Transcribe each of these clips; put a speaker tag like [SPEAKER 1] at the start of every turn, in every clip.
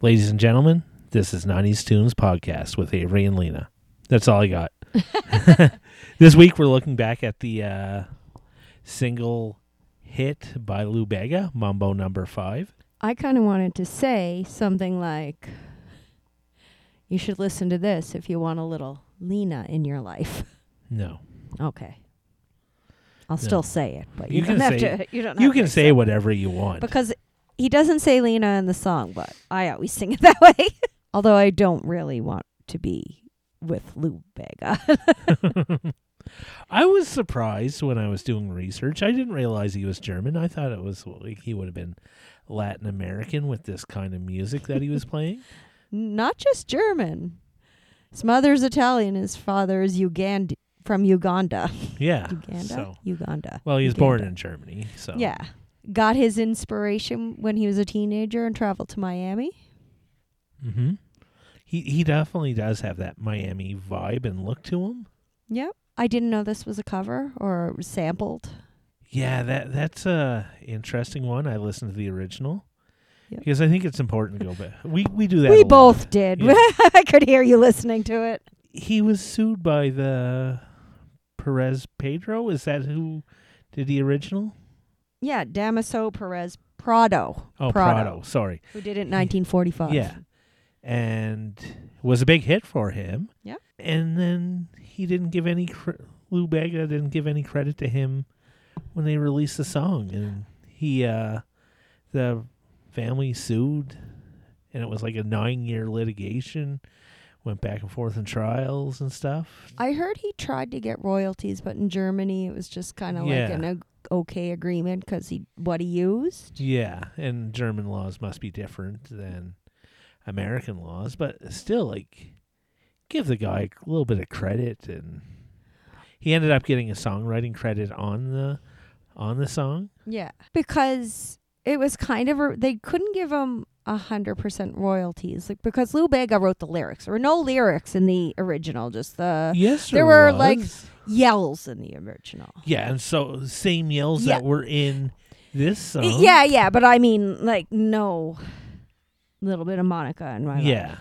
[SPEAKER 1] Ladies and gentlemen, this is 90s Tunes Podcast with Avery and Lena. That's all I got. this week we're looking back at the uh, single hit by Lou Bega, Mambo Number Five.
[SPEAKER 2] I kind of wanted to say something like, you should listen to this if you want a little Lena in your life.
[SPEAKER 1] No.
[SPEAKER 2] Okay. I'll still say it, but you,
[SPEAKER 1] You
[SPEAKER 2] don't
[SPEAKER 1] can
[SPEAKER 2] have
[SPEAKER 1] say-
[SPEAKER 2] to. You don't.
[SPEAKER 1] You
[SPEAKER 2] have
[SPEAKER 1] can
[SPEAKER 2] to
[SPEAKER 1] say whatever you want.
[SPEAKER 2] because he doesn't say Lena in the song, but I always sing it that way. Although I don't really want to be with Lou Bega.
[SPEAKER 1] I was surprised when I was doing research. I didn't realize he was German. I thought it was like he would have been Latin American with this kind of music that he was playing.
[SPEAKER 2] Not just German. His mother's Italian. His father is Ugand from Uganda.
[SPEAKER 1] Yeah.
[SPEAKER 2] Uganda.
[SPEAKER 1] So,
[SPEAKER 2] Uganda.
[SPEAKER 1] well, he was born
[SPEAKER 2] Uganda.
[SPEAKER 1] in Germany. So
[SPEAKER 2] Yeah. Got his inspiration when he was a teenager and traveled to Miami.
[SPEAKER 1] hmm He he definitely does have that Miami vibe and look to him.
[SPEAKER 2] Yep. I didn't know this was a cover or sampled.
[SPEAKER 1] Yeah, that that's a interesting one. I listened to the original
[SPEAKER 2] Yep.
[SPEAKER 1] because I think it's important to go back. We we do that. a
[SPEAKER 2] we
[SPEAKER 1] lot.
[SPEAKER 2] both did.
[SPEAKER 1] Yeah.
[SPEAKER 2] I could hear you listening to it.
[SPEAKER 1] He was sued by the Perez Pedro. Is that who did the original?
[SPEAKER 2] Yeah, Damaso Perez Prado,
[SPEAKER 1] Oh,
[SPEAKER 2] Prado.
[SPEAKER 1] Prado. Sorry.
[SPEAKER 2] who did it in 1945.
[SPEAKER 1] Yeah. And it was a big hit for him.
[SPEAKER 2] Yeah.
[SPEAKER 1] And then he didn't give any cre- Lou Bega didn't give any credit to him when they released the song and he uh the family sued and it was like a 9-year litigation went back and forth in trials and stuff.
[SPEAKER 2] I heard he tried to get royalties, but in Germany it was just kind of like
[SPEAKER 1] Yeah.
[SPEAKER 2] an ag- okay agreement because he what he used.
[SPEAKER 1] Yeah, and German laws must be different than American laws, but still, like, give the guy a little bit of credit, and he ended up getting a songwriting credit on the on the song.
[SPEAKER 2] Yeah, because it was kind of a, they couldn't give him a hundred percent royalties, like because Lou Bega wrote the lyrics. There were no lyrics in the original, just the
[SPEAKER 1] yes,
[SPEAKER 2] Uh, there were, like- yells in the original.
[SPEAKER 1] yeah, and so same yells
[SPEAKER 2] Yeah.
[SPEAKER 1] that were in this
[SPEAKER 2] Y-
[SPEAKER 1] song.
[SPEAKER 2] Yeah, yeah, but I mean, like no, little bit of Monica and my life.
[SPEAKER 1] yeah,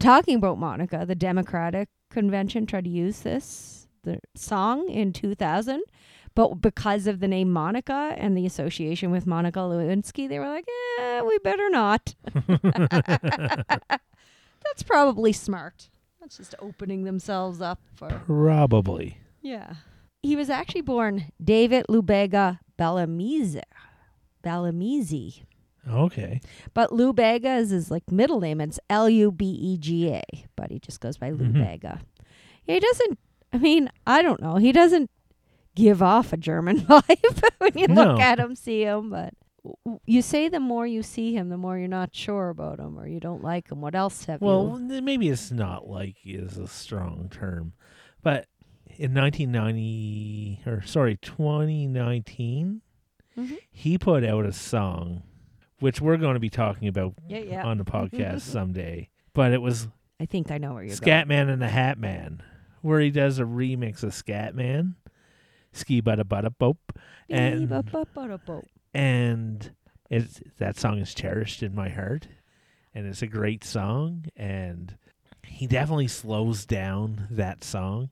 [SPEAKER 2] talking about Monica, the Democratic convention tried to use this the song in 2000, but because of the name Monica and the association with Monica Lewinsky, they were like, "Eh, we better not." That's probably smart. That's just opening themselves up for
[SPEAKER 1] probably.
[SPEAKER 2] yeah. He was actually born David Lubega Bellamize. Bellamize.
[SPEAKER 1] Okay,
[SPEAKER 2] But Lou Bega is his like middle name. It's L U B E G A, but he just goes by Lou
[SPEAKER 1] Mhm.
[SPEAKER 2] Bega. He doesn't. I mean, I don't know. He doesn't give off a German vibe when you
[SPEAKER 1] No.
[SPEAKER 2] look at him, see him. But w- w- you say the more you see him, the more you're not sure about him or you don't like him. What else have
[SPEAKER 1] well,
[SPEAKER 2] you?
[SPEAKER 1] n- maybe it's not like is a strong term, but in 1990 or sorry 2019
[SPEAKER 2] Mhm.
[SPEAKER 1] he put out a song which we're going to be talking about
[SPEAKER 2] Yeah, yeah.
[SPEAKER 1] on the podcast someday but it was
[SPEAKER 2] I think I know where you're going.
[SPEAKER 1] scatman and the hat man where he does a remix of scatman ski bada bada bop and-
[SPEAKER 2] Beep-a-bop-a-da-bop.
[SPEAKER 1] and it's that song is cherished in my heart and it's a great song and he definitely slows down that song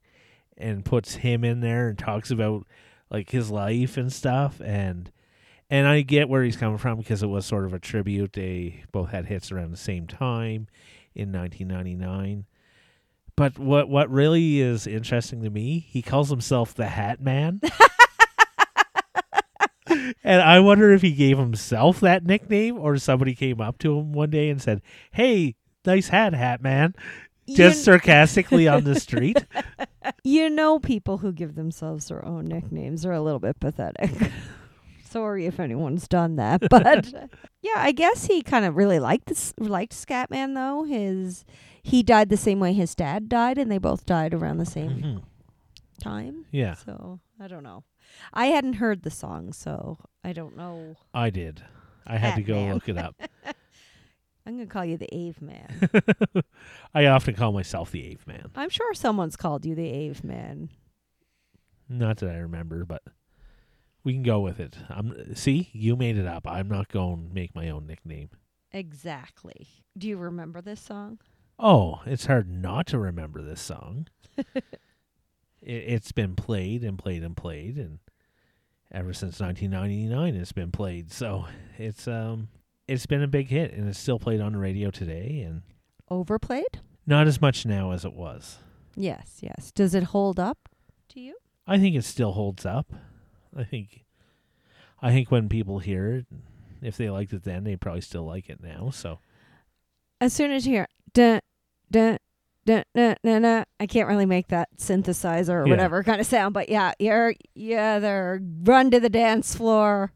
[SPEAKER 1] and puts him in there and talks about like his life and stuff and and I get where he's coming from because it was sort of a tribute they both had hits around the same time in 1999 but what what really is interesting to me he calls himself the hat man and I wonder if he gave himself that nickname or somebody came up to him one day and said, Hey, nice hat, hat man, just
[SPEAKER 2] you,
[SPEAKER 1] sarcastically on the street.
[SPEAKER 2] you know, people who give themselves their own nicknames are a little bit pathetic. Sorry if anyone's done that, but yeah, I guess he kind of really liked this liked Scatman though. His he died the same way his dad died, and they both died around the same
[SPEAKER 1] Mhm.
[SPEAKER 2] time.
[SPEAKER 1] Yeah,
[SPEAKER 2] So I don't know. I hadn't heard the song, so I don't know.
[SPEAKER 1] I did. I had to
[SPEAKER 2] Hat
[SPEAKER 1] go
[SPEAKER 2] man.
[SPEAKER 1] look it up.
[SPEAKER 2] I'm gonna call you the Ave Man.
[SPEAKER 1] I often call myself the Ape Man.
[SPEAKER 2] I'm sure someone's called you the Ave Man.
[SPEAKER 1] Not that I remember, but we can go with it. I'm see, you made it up. I'm not going to make my own nickname.
[SPEAKER 2] Exactly. Do you remember this song?
[SPEAKER 1] Oh, it's hard not to remember this song. it, it's been played and played and played, and ever since 1999, it's been played. So it's um, it's been a big hit, and it's still played on the radio today, and
[SPEAKER 2] Overplayed?
[SPEAKER 1] not as much now as it was.
[SPEAKER 2] Yes, yes. Does it hold up to you?
[SPEAKER 1] I think it still holds up. I think, I think when people hear it, if they liked it then, they probably still like it now. So
[SPEAKER 2] As soon as you hear dun dun dun dun dun, dun I can't really make that synthesizer or
[SPEAKER 1] Yeah.
[SPEAKER 2] whatever kind of sound, but yeah, you're yeah, they're run to the dance floor.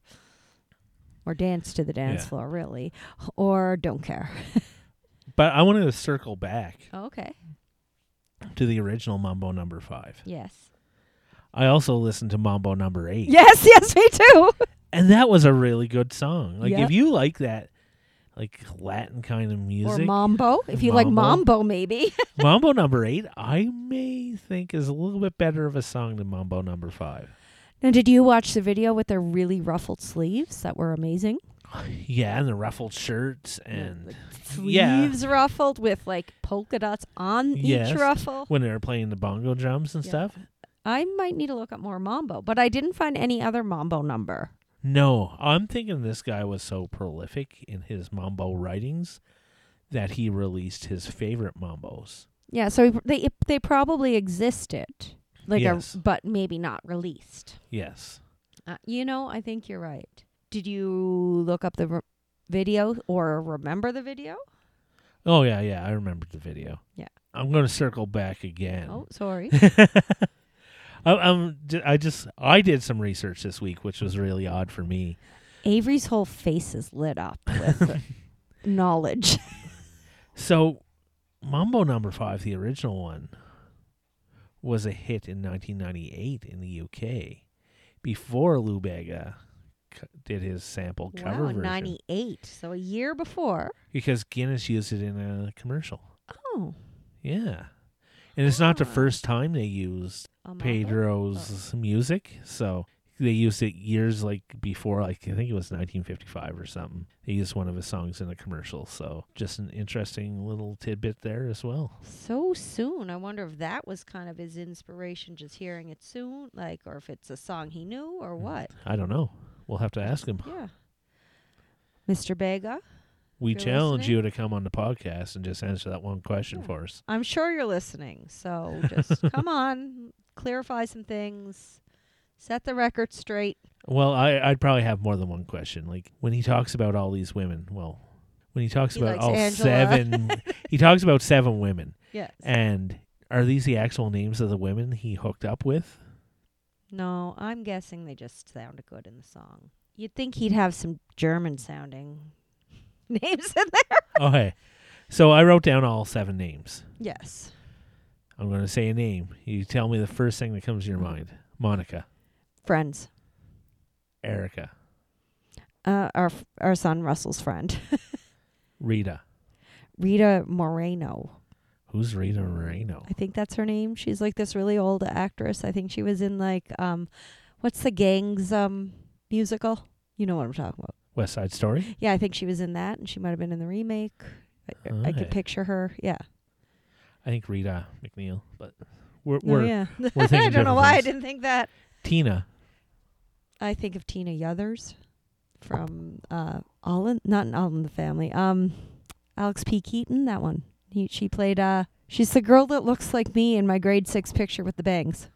[SPEAKER 2] Or dance to the dance
[SPEAKER 1] Yeah.
[SPEAKER 2] floor, really. Or don't care.
[SPEAKER 1] But I wanted to circle back
[SPEAKER 2] Okay.
[SPEAKER 1] to the original Mambo number five.
[SPEAKER 2] Yes.
[SPEAKER 1] I also listened to Mambo number eight.
[SPEAKER 2] Yes, yes, me too.
[SPEAKER 1] And that was a really good song. Like
[SPEAKER 2] Yeah.
[SPEAKER 1] if you like that like Latin kind of music.
[SPEAKER 2] Or mambo, if you like
[SPEAKER 1] Mambo.
[SPEAKER 2] mambo, maybe.
[SPEAKER 1] Mambo number eight, I may think is a little bit better of a song than Mambo number five.
[SPEAKER 2] Now, did you watch the video with their really ruffled sleeves that were amazing?
[SPEAKER 1] Yeah, and the ruffled shirts and
[SPEAKER 2] like,
[SPEAKER 1] yeah.
[SPEAKER 2] sleeves ruffled with like polka dots on
[SPEAKER 1] Yes.
[SPEAKER 2] each ruffle.
[SPEAKER 1] when they were playing the bongo drums and
[SPEAKER 2] Yeah.
[SPEAKER 1] stuff.
[SPEAKER 2] I might need to look up more mambo, but I didn't find any other mambo number.
[SPEAKER 1] No, I'm thinking this guy was so prolific in his mambo writings that he released his favorite mambos.
[SPEAKER 2] Yeah, so they they probably existed, like
[SPEAKER 1] Yes.
[SPEAKER 2] a, but maybe not released.
[SPEAKER 1] Yes.
[SPEAKER 2] Uh, you know, I think you're right. Did you look up the re- video or remember the video?
[SPEAKER 1] Oh yeah, yeah, I remembered the video.
[SPEAKER 2] Yeah.
[SPEAKER 1] I'm going to circle back again.
[SPEAKER 2] Oh, sorry.
[SPEAKER 1] I, I'm, Um, j- I just I did some research this week, which was really odd for me.
[SPEAKER 2] Avery's whole face is lit up with knowledge.
[SPEAKER 1] So, Mambo Number Five, the original one, was a hit in 1998 in the UK before Lou Bega c- did his sample cover
[SPEAKER 2] wow,
[SPEAKER 1] version
[SPEAKER 2] 98. So a year before.
[SPEAKER 1] because Guinness used it in a commercial.
[SPEAKER 2] Oh.
[SPEAKER 1] Yeah, and it's not the
[SPEAKER 2] Ah.
[SPEAKER 1] first time they used
[SPEAKER 2] a mambo.
[SPEAKER 1] Pedro's music. So they used it years like before, like I think it was 1955 or something. They used one of his songs in a commercial. So just an interesting little tidbit there as well.
[SPEAKER 2] so soon. I wonder if that was kind of his inspiration, just hearing it soon, like, or if it's a song he knew
[SPEAKER 1] Mm.
[SPEAKER 2] or what.
[SPEAKER 1] I don't know. We'll have to ask him.
[SPEAKER 2] Yeah. Mr. Bega,
[SPEAKER 1] We
[SPEAKER 2] You're
[SPEAKER 1] challenge
[SPEAKER 2] listening?
[SPEAKER 1] you to come on the podcast and just answer that one question
[SPEAKER 2] Yeah.
[SPEAKER 1] for us.
[SPEAKER 2] I'm sure you're listening. So just come on, clarify some things, set the record straight.
[SPEAKER 1] Well, I, I'd probably have more than one question. Like when he talks about all these women, well, when he talks
[SPEAKER 2] He
[SPEAKER 1] about
[SPEAKER 2] likes
[SPEAKER 1] all
[SPEAKER 2] Angela.
[SPEAKER 1] seven, he talks about seven women.
[SPEAKER 2] Yes.
[SPEAKER 1] And are these the actual names of the women he hooked up with?
[SPEAKER 2] no, I'm guessing they just sounded good in the song. You'd think he'd have some German sounding names in there.
[SPEAKER 1] okay. So I wrote down all seven names.
[SPEAKER 2] Yes.
[SPEAKER 1] I'm going to say a name. You tell me the first thing that comes to your mind. Monica,
[SPEAKER 2] Friends.
[SPEAKER 1] Erica,
[SPEAKER 2] Uh, our f- our son Russell's friend,
[SPEAKER 1] Rita.
[SPEAKER 2] Rita Moreno.
[SPEAKER 1] Who's Rita Moreno?
[SPEAKER 2] I think that's her name. She's like this really old actress. I think she was in like um what's the gang's um musical? You know what I'm talking about.
[SPEAKER 1] West Side Story.
[SPEAKER 2] Yeah, I think she was in that and she might have been in the remake. I, I
[SPEAKER 1] Okay.
[SPEAKER 2] could picture her. Yeah.
[SPEAKER 1] I think Rita McNeil, but we're, we're
[SPEAKER 2] oh, yeah.
[SPEAKER 1] we're thinking
[SPEAKER 2] I don't know why I
[SPEAKER 1] different things.
[SPEAKER 2] didn't think that.
[SPEAKER 1] Tina.
[SPEAKER 2] I think of Tina Yothers from uh All in not in All in the Family. Um Alex P. Keaton, that one. He, she played uh she's the girl that looks like me in my grade six picture with the bangs.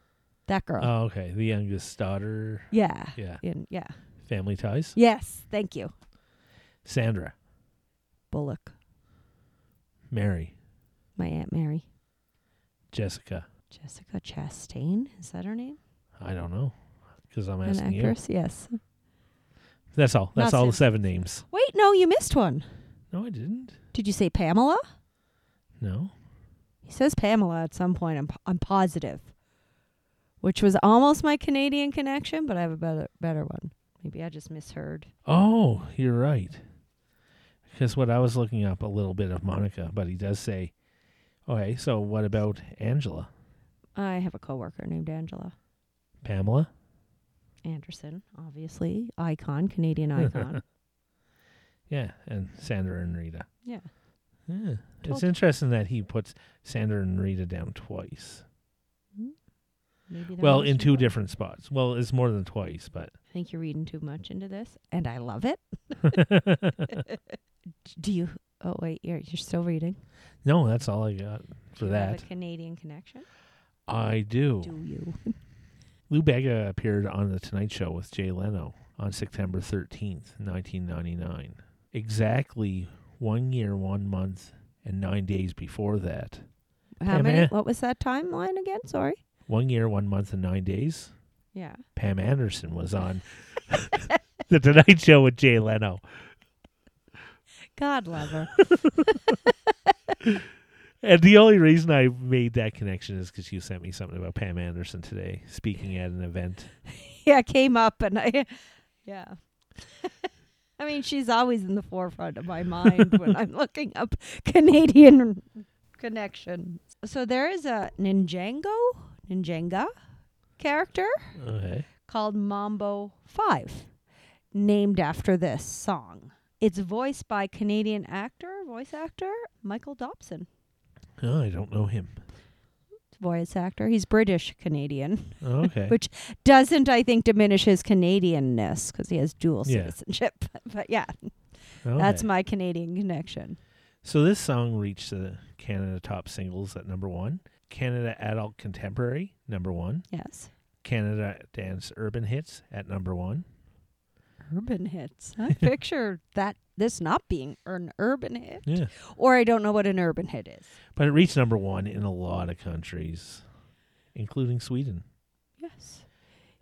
[SPEAKER 2] That girl.
[SPEAKER 1] Oh, okay. The youngest daughter.
[SPEAKER 2] yeah.
[SPEAKER 1] Yeah.
[SPEAKER 2] In yeah.
[SPEAKER 1] Family ties.
[SPEAKER 2] Yes, thank you.
[SPEAKER 1] Sandra,
[SPEAKER 2] Bullock,
[SPEAKER 1] Mary,
[SPEAKER 2] my aunt Mary,
[SPEAKER 1] Jessica.
[SPEAKER 2] Jessica Chastain. Is that her name?
[SPEAKER 1] I don't know because I'm
[SPEAKER 2] An
[SPEAKER 1] asking you.
[SPEAKER 2] actress. Yes.
[SPEAKER 1] That's all. That's
[SPEAKER 2] Not
[SPEAKER 1] all the
[SPEAKER 2] Sandra.
[SPEAKER 1] seven names.
[SPEAKER 2] Wait, no, you missed one.
[SPEAKER 1] No, I didn't.
[SPEAKER 2] Did you say Pamela?
[SPEAKER 1] No.
[SPEAKER 2] He says Pamela at some point. I'm I'm positive. Which was almost my Canadian connection, but I have a better better one. Maybe I just misheard.
[SPEAKER 1] Oh, you're right. Because what I was looking up a little bit of Monica, but he does say, okay, so what about Angela?
[SPEAKER 2] I have a coworker named Angela
[SPEAKER 1] Pamela?
[SPEAKER 2] Anderson, obviously icon, Canadian icon.
[SPEAKER 1] Yeah, and Sandra and Rita.
[SPEAKER 2] Yeah.
[SPEAKER 1] Yeah. It's
[SPEAKER 2] Told-
[SPEAKER 1] interesting that he puts Sandra and Rita down twice.
[SPEAKER 2] Maybe they're
[SPEAKER 1] Well,
[SPEAKER 2] all
[SPEAKER 1] in two
[SPEAKER 2] super-
[SPEAKER 1] different spots. Well, it's more than twice, but
[SPEAKER 2] I think you're reading too much into this, and I love it. Do you? Oh wait, you're you're still reading
[SPEAKER 1] no, that's all I got for
[SPEAKER 2] Do you have
[SPEAKER 1] that.
[SPEAKER 2] a Canadian connection.
[SPEAKER 1] I do.
[SPEAKER 2] Do you?
[SPEAKER 1] Lou Bega appeared on The Tonight Show with Jay Leno on September 13th, 1999. Exactly one year, one month, and nine days before that.
[SPEAKER 2] How
[SPEAKER 1] Pam
[SPEAKER 2] many?
[SPEAKER 1] An-
[SPEAKER 2] What was that timeline again? Sorry.
[SPEAKER 1] One year, one month, and nine days,
[SPEAKER 2] Yeah.
[SPEAKER 1] Pam Anderson was on The Tonight Show with Jay Leno.
[SPEAKER 2] God love her.
[SPEAKER 1] And the only reason I made that connection is because you sent me something about Pam Anderson today, speaking at an event.
[SPEAKER 2] yeah, came up and I. Yeah. I mean, she's always in the forefront of my mind when I'm looking up Canadian connection. So there is a Ninjago, Ninjenga character
[SPEAKER 1] Okay.
[SPEAKER 2] called Mambo 5, named after this song. It's voiced by Canadian actor, voice actor Michael Dobson.
[SPEAKER 1] Oh, I don't know him.
[SPEAKER 2] Voice actor. He's British Canadian,
[SPEAKER 1] Oh, okay.
[SPEAKER 2] which doesn't, I think, diminish his Canadianness because he has dual
[SPEAKER 1] Yeah.
[SPEAKER 2] citizenship. But yeah,
[SPEAKER 1] Okay.
[SPEAKER 2] that's my Canadian connection.
[SPEAKER 1] So this song reached the Canada top singles at number one. Canada Adult Contemporary, number one.
[SPEAKER 2] Yes.
[SPEAKER 1] Canada Dance Urban Hits at number one.
[SPEAKER 2] Urban hits. I picture that this not being an urban hit,
[SPEAKER 1] Yeah.
[SPEAKER 2] or I don't know what an urban hit is.
[SPEAKER 1] But it reached number one in a lot of countries, including Sweden.
[SPEAKER 2] Yes.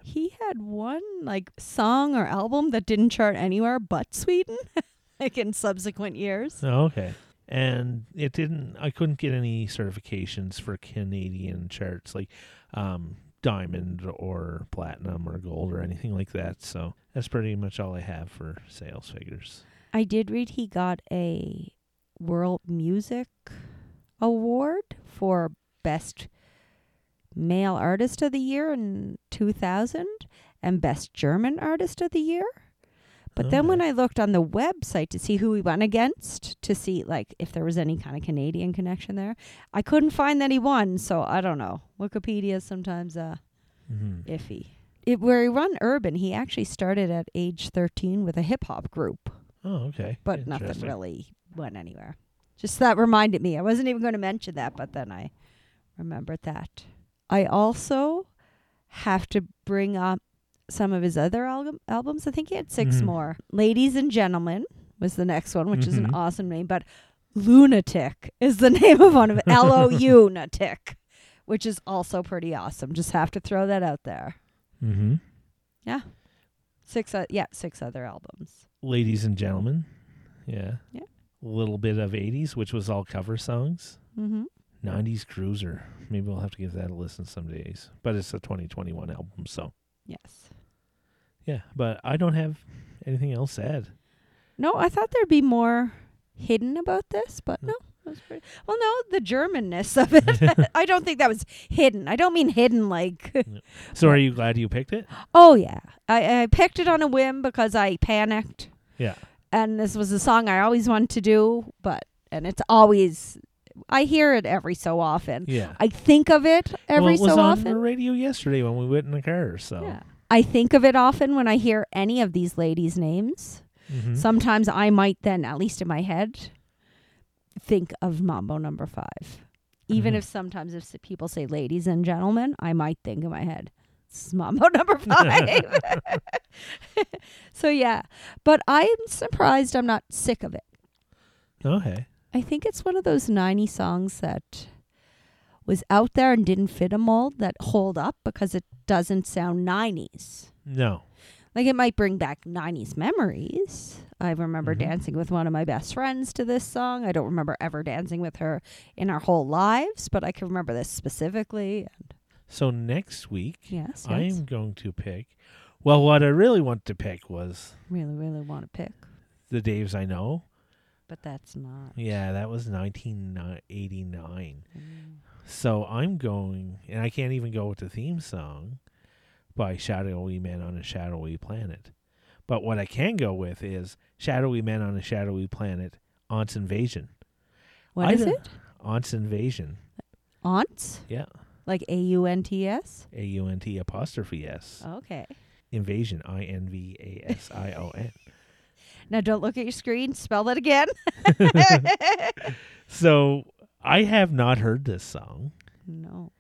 [SPEAKER 2] He had one like song or album that didn't chart anywhere but Sweden, like in subsequent years.
[SPEAKER 1] Oh, okay. And it didn't I couldn't get any certifications for Canadian charts like um diamond or platinum or gold or anything like that. So that's pretty much all I have for sales figures.
[SPEAKER 2] I did read he got a World Music Award for Best Male Artist of the Year in 2000 and Best German Artist of the Year. But then when I looked on the website to see who he won against, to see like if there was any kind of Canadian connection there, I couldn't find that he won. So I don't know. Wikipedia is sometimes uh,
[SPEAKER 1] hmm
[SPEAKER 2] iffy. It, where he run urban, he actually started at age 13 with a hip hop group,
[SPEAKER 1] Oh, okay.
[SPEAKER 2] but nothing
[SPEAKER 1] Interesting.
[SPEAKER 2] really went anywhere. Just that reminded me. I wasn't even going to mention that, but then I remembered that. I also have to bring up some of his other album, albums. I think he had 6
[SPEAKER 1] Mhm.
[SPEAKER 2] more. Ladies and Gentlemen was the next one, which is an
[SPEAKER 1] Mhm.
[SPEAKER 2] awesome name, but Lunatic is the name of one of L O U Natic, which is also pretty awesome. Just have to throw that out there.
[SPEAKER 1] Mm-hmm.
[SPEAKER 2] Six, o- yeah, six other albums.
[SPEAKER 1] Ladies and gentlemen. Yeah.
[SPEAKER 2] Yeah.
[SPEAKER 1] A little bit of 80s, which was all cover songs.
[SPEAKER 2] Mm-hmm.
[SPEAKER 1] 90s Cruiser. Maybe we'll have to give that a listen some days. But it's a 2021 album, so.
[SPEAKER 2] Yes.
[SPEAKER 1] Yeah, but I don't have anything else said.
[SPEAKER 2] No, I thought there'd be more hidden about this, but
[SPEAKER 1] Hmm.
[SPEAKER 2] no. it was pretty- Well, no, the Germanness of it. I don't think that was hidden. I don't mean hidden like,
[SPEAKER 1] So are you glad you picked it?
[SPEAKER 2] oh, yeah. I, I picked it on a whim because I panicked.
[SPEAKER 1] Yeah.
[SPEAKER 2] And this was a song I always wanted to do, but, and it's always, I hear it every so often.
[SPEAKER 1] Yeah.
[SPEAKER 2] I think of it
[SPEAKER 1] well,
[SPEAKER 2] every
[SPEAKER 1] it was
[SPEAKER 2] so
[SPEAKER 1] on the
[SPEAKER 2] often.
[SPEAKER 1] radio yesterday when we went in the car, so.
[SPEAKER 2] Yeah. I think of it often when I hear any of these ladies' names.
[SPEAKER 1] Mhm.
[SPEAKER 2] sometimes I might then, at least in my head, think of Mambo number five. Even
[SPEAKER 1] Mhm.
[SPEAKER 2] if sometimes if s- people say ladies and gentlemen, I might think in my head, this is Mambo number five. so yeah. But I'm surprised I'm not sick of it.
[SPEAKER 1] Okay.
[SPEAKER 2] I think it's one of those 90 songs that was out there and didn't fit a mold that hold up because it doesn't sound 90s.
[SPEAKER 1] No.
[SPEAKER 2] Like it might bring back 90s memories. I remember
[SPEAKER 1] Mhm.
[SPEAKER 2] dancing with one of my best friends to this song. I don't remember ever dancing with her in our whole lives, but I can remember this specifically. And
[SPEAKER 1] So next week,
[SPEAKER 2] yes, yes.
[SPEAKER 1] I'm going to pick. Well, what I really want to pick was
[SPEAKER 2] really, really want to pick,
[SPEAKER 1] the Daves I know.
[SPEAKER 2] but that's not.
[SPEAKER 1] Yeah, that was 1989.
[SPEAKER 2] Mm.
[SPEAKER 1] So I'm going, and I can't even go with the theme song by Shadowy Man on a Shadowy Planet. But what I can go with is Shadowy Men on a Shadowy Planet, Aunt's Invasion.
[SPEAKER 2] What
[SPEAKER 1] I
[SPEAKER 2] is
[SPEAKER 1] don't-
[SPEAKER 2] it?
[SPEAKER 1] Aunt's Invasion.
[SPEAKER 2] Aunts?
[SPEAKER 1] Yeah.
[SPEAKER 2] Like A U N T S?
[SPEAKER 1] A U N T apostrophe S.
[SPEAKER 2] Okay.
[SPEAKER 1] Invasion. I N V A S I O N.
[SPEAKER 2] Now don't look at your screen. Spell that again.
[SPEAKER 1] So I have not heard this song.
[SPEAKER 2] no.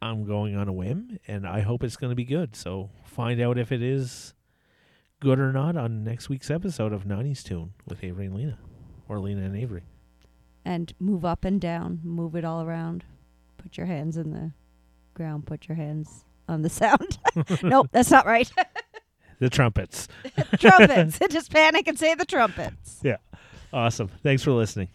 [SPEAKER 1] I'm going on a whim, and I hope it's going to be good. So find out if it is good or not on next week's episode of 90s Tune with Avery and Lena, or Lena and Avery.
[SPEAKER 2] And move up and down. Move it all around. Put your hands in the ground. Put your hands on the sound. nope, that's not right.
[SPEAKER 1] The trumpets.
[SPEAKER 2] trumpets. Just panic and say the trumpets.
[SPEAKER 1] Awesome. Thanks for listening.